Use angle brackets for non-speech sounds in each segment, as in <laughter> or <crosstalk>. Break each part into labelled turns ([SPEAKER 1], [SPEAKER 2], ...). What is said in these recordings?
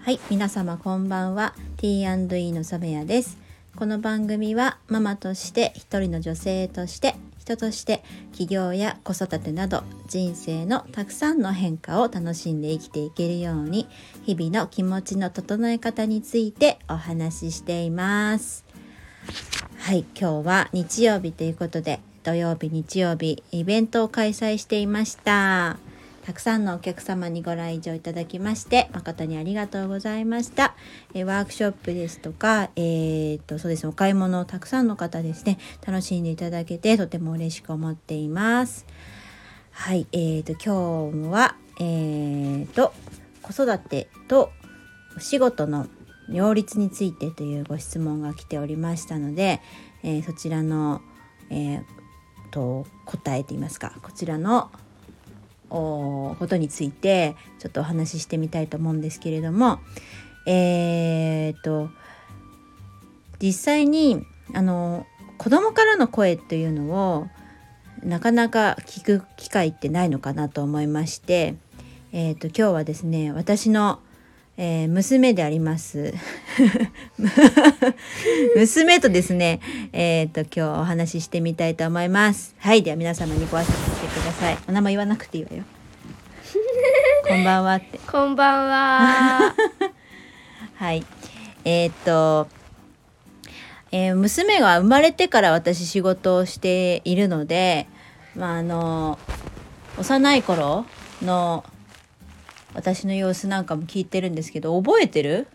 [SPEAKER 1] はい、皆様こんばんは。T&E の染谷です。この番組はママとして、一人の女性として、人として、起業や子育てなど人生のたくさんの変化を楽しんで生きていけるように、日々の気持ちの整え方についてお話ししています。はい、今日は日曜日ということで、土曜日、日曜日、イベントを開催していました。たくさんのお客様にご来場いただきまして誠にありがとうございました。えーワークショップですとか、えーっとそうですねお買い物をたくさんの方ですね楽しんでいただけてとても嬉しく思っています。はい、えーっと今日はえーっと子育てとお仕事の両立についてというご質問が来ておりましたので、えーそちらの、えーと答えといいますかこちらのおことについてちょっとお話ししてみたいと思うんですけれどもえーっと実際にあの子供からの声というのをなかなか聞く機会ってないのかなと思いまして、えーっと今日はですね私の、えー娘であります <laughs> 娘とですねえーっと今日お話ししてみたいと思いますはいでは皆様にご挨拶してくださいお名前言わなくていいわよこんばんはって
[SPEAKER 2] こんば
[SPEAKER 1] <laughs>
[SPEAKER 2] んは。
[SPEAKER 1] はい。えーっと、えー娘が生まれてから私仕事をしているので、まあ、あの幼い頃の私の様子なんかも聞いてるんですけど覚えてる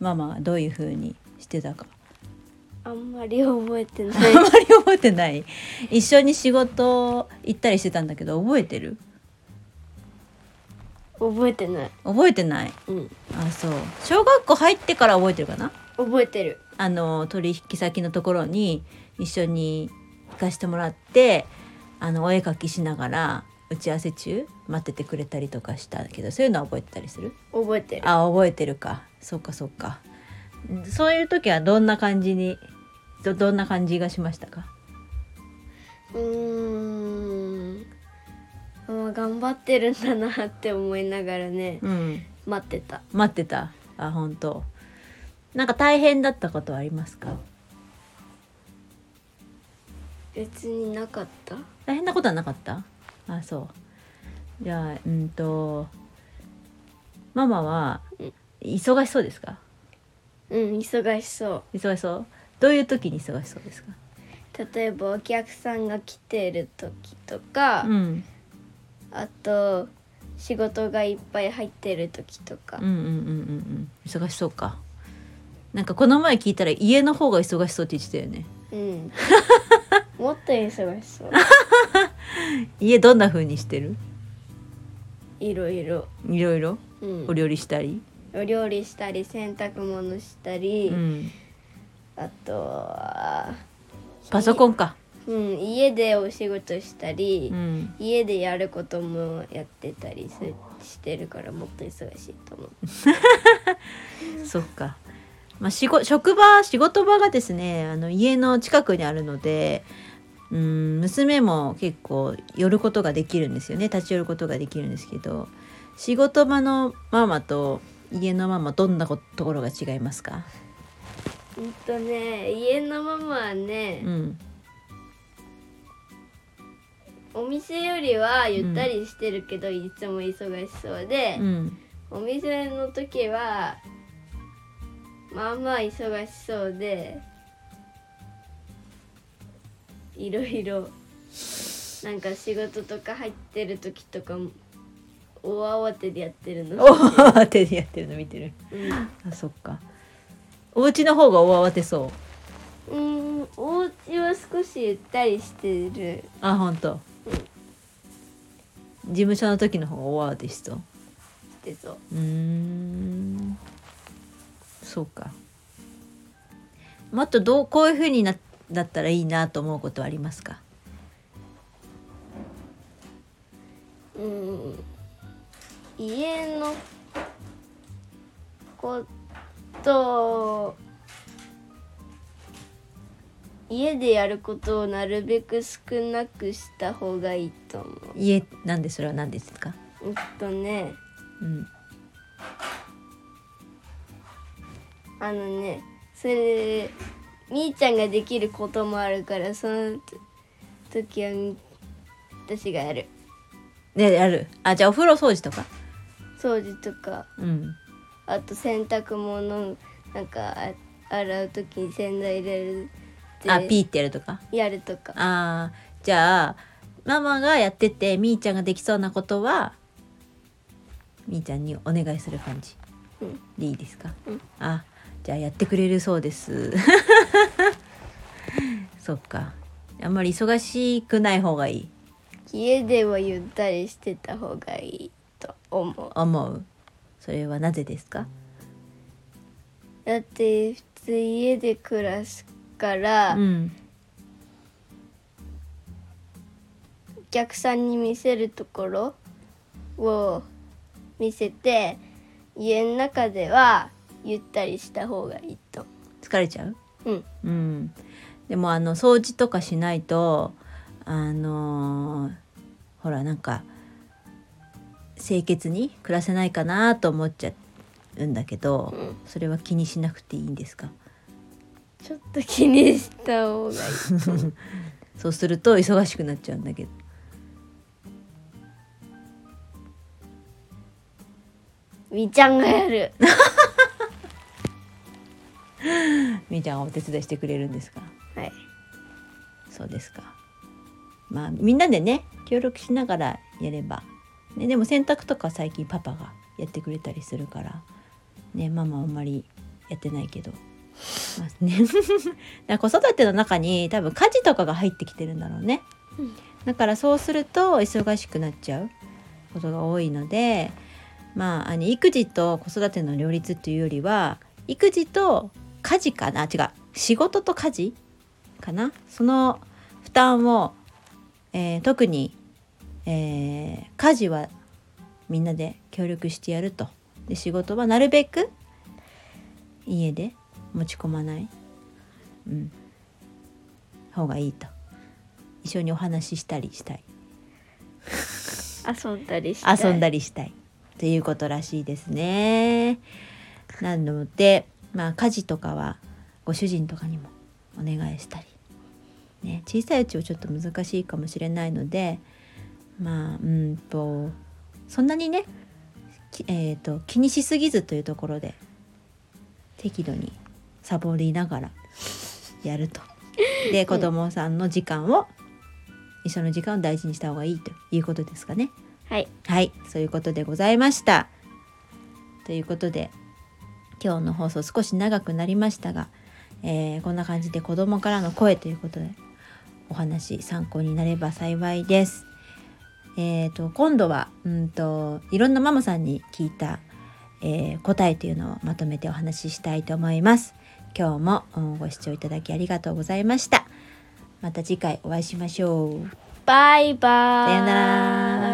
[SPEAKER 1] ママがどういう風にしてたか。
[SPEAKER 2] あんまり覚えてな
[SPEAKER 1] あ
[SPEAKER 2] い
[SPEAKER 1] ん。まり覚えてない一緒に仕事行ったりしてたんだけど覚えてる
[SPEAKER 2] 覚えてない。
[SPEAKER 1] 覚えてない
[SPEAKER 2] うん。
[SPEAKER 1] あそう小学校入ってから覚えてるかな
[SPEAKER 2] 覚えてる。
[SPEAKER 1] あの取引先のところに一緒に行かしてもらってあのお絵描きしながら打ち合わせ中待っててくれたりとかしたけどそういうのは覚えてたりする
[SPEAKER 2] 覚えてる。
[SPEAKER 1] あ覚えてるかそうかそうかうんそういう時はどんな感じにどどんな感じがしましたか
[SPEAKER 2] うーん。ママ頑張ってるんだなって思いながらね、
[SPEAKER 1] うん
[SPEAKER 2] 待ってた。
[SPEAKER 1] 待ってたあ本当なんか大変だったことはありますか
[SPEAKER 2] 別になかった。
[SPEAKER 1] 大変なことはなかったあそうじゃあうんとママは
[SPEAKER 2] うん
[SPEAKER 1] 忙しそうですか
[SPEAKER 2] うん、忙しそう。
[SPEAKER 1] 忙しそうどういう時に忙しそうですか
[SPEAKER 2] 例えばお客さんが来てる時とか、
[SPEAKER 1] うん
[SPEAKER 2] あと仕事がいっぱい入ってる時とか
[SPEAKER 1] うんうんうんうんうん忙しそうかなんかこの前聞いたら家の方が忙しそうって言ってたよね
[SPEAKER 2] うん
[SPEAKER 1] <laughs>
[SPEAKER 2] もっと忙しそう
[SPEAKER 1] 家どんな風にしてる
[SPEAKER 2] いろいろ、
[SPEAKER 1] いろいろ
[SPEAKER 2] うん
[SPEAKER 1] お料理したり、
[SPEAKER 2] お料理したり洗濯物した
[SPEAKER 1] う
[SPEAKER 2] り、
[SPEAKER 1] ん、
[SPEAKER 2] あとは
[SPEAKER 1] パソコンか、
[SPEAKER 2] うん、家でお仕事したり、
[SPEAKER 1] うん、
[SPEAKER 2] 家でやることもやってたりすしてるからもっと忙しいと思う。
[SPEAKER 1] そっか。まあ、仕事職場仕事場がですねあの家の近くにあるのでうん娘も結構寄ることができるんですよね立ち寄ることができるんですけど仕事場のママと家のママどんなこところが違いますか、
[SPEAKER 2] うんとね家のママはね
[SPEAKER 1] う、ん、
[SPEAKER 2] お店よりはゆったりしてるけど、いつも忙しそうで
[SPEAKER 1] う、ん、
[SPEAKER 2] お店の時はまあまあ忙しそうでいろいろなんか仕事とか入ってる時とかも大慌てでやってる
[SPEAKER 1] 大
[SPEAKER 2] の、
[SPEAKER 1] 慌てでやってるの見てるあそっかお家の方が大慌てそう
[SPEAKER 2] うん、うんお家は少しゆったりしてる
[SPEAKER 1] あ本当事務所の時の方が大慌てしそう
[SPEAKER 2] けど
[SPEAKER 1] うーんそうかもっとどうこういうふうになだったらいいなと思うことはありますか
[SPEAKER 2] うん家のこと家でやることをなるべく少なくした方がいいと思う。
[SPEAKER 1] 家なんでそれは何ですか
[SPEAKER 2] うんとね
[SPEAKER 1] うん
[SPEAKER 2] あのねそれみーちゃんができることもあるからその時はみ私がやる
[SPEAKER 1] ねやるあじゃあお風呂掃除とか
[SPEAKER 2] 掃除とか
[SPEAKER 1] うん
[SPEAKER 2] あと洗濯物なんかあ洗う時に洗剤入れるって
[SPEAKER 1] あピーってやるとか
[SPEAKER 2] やるとか
[SPEAKER 1] あーじゃあママがやっててみーちゃんができそうなことはみーちゃんにお願いする感じ
[SPEAKER 2] うん
[SPEAKER 1] でいいですか、
[SPEAKER 2] うん
[SPEAKER 1] あじゃあやってくれるそうです <laughs> そっかあんまり忙しくない方がいい
[SPEAKER 2] 家ではゆったりしてた方がいいと思う
[SPEAKER 1] 思うそれはなぜですか
[SPEAKER 2] だって普通家で暮らすから、
[SPEAKER 1] うん
[SPEAKER 2] お客さんに見せるところを見せて家の中ではゆったりした方がいいと
[SPEAKER 1] 疲れちゃう
[SPEAKER 2] うん
[SPEAKER 1] うん、でもあの掃除とかしないとあのーほらなんか清潔に暮らせないかなと思っちゃうんだけど、
[SPEAKER 2] うん
[SPEAKER 1] それは気にしなくていいんですか
[SPEAKER 2] ちょっと気にした方
[SPEAKER 1] <laughs>
[SPEAKER 2] がいい
[SPEAKER 1] そうすると忙しくなっちゃうんだけど
[SPEAKER 2] みーちゃんがやる
[SPEAKER 1] みーちゃんはお手伝いしてくれるんですか
[SPEAKER 2] はい
[SPEAKER 1] そうですかまあみんなでね協力しながらやれば、ね、でも洗濯とか最近パパがやってくれたりするからねママあんまりやってないけど、まあね、 <laughs> だから子育ての中に多分家事とかが入ってきてるんだろうね
[SPEAKER 2] うん
[SPEAKER 1] だからそうすると忙しくなっちゃうことが多いのでまああの育児と子育ての両立っていうよりは育児と家事かな違う仕事と家事かなその負担を、えー特に、えー家事はみんなで協力してやるとで仕事はなるべく家で持ち込まない、うん、方がいいと一緒にお話ししたりしたい
[SPEAKER 2] 遊んだりして
[SPEAKER 1] 遊んだりしたいということらしいですね。なので、まあ、家事とかはご主人とかにもお願いしたり、ね、小さいうちはちょっと難しいかもしれないのでまあうんとそんなにね、きえー、と気にしすぎずというところで適度にサボりながらやると。 <laughs> で子供さんの時間を、一緒の時間を大事にした方がいいということですかね。
[SPEAKER 2] はい
[SPEAKER 1] はい、そういうことでございました。ということで今日の放送少し長くなりましたが、えーこんな感じで子供からの声ということでお話参考になれば幸いです。えー、と今度はうんといろんなママさんに聞いた、えー答えというのをまとめてお話ししたいと思います。今日もうんご視聴いただきありがとうございました。また次回お会いしましょう。
[SPEAKER 2] バイバーイ
[SPEAKER 1] さよなら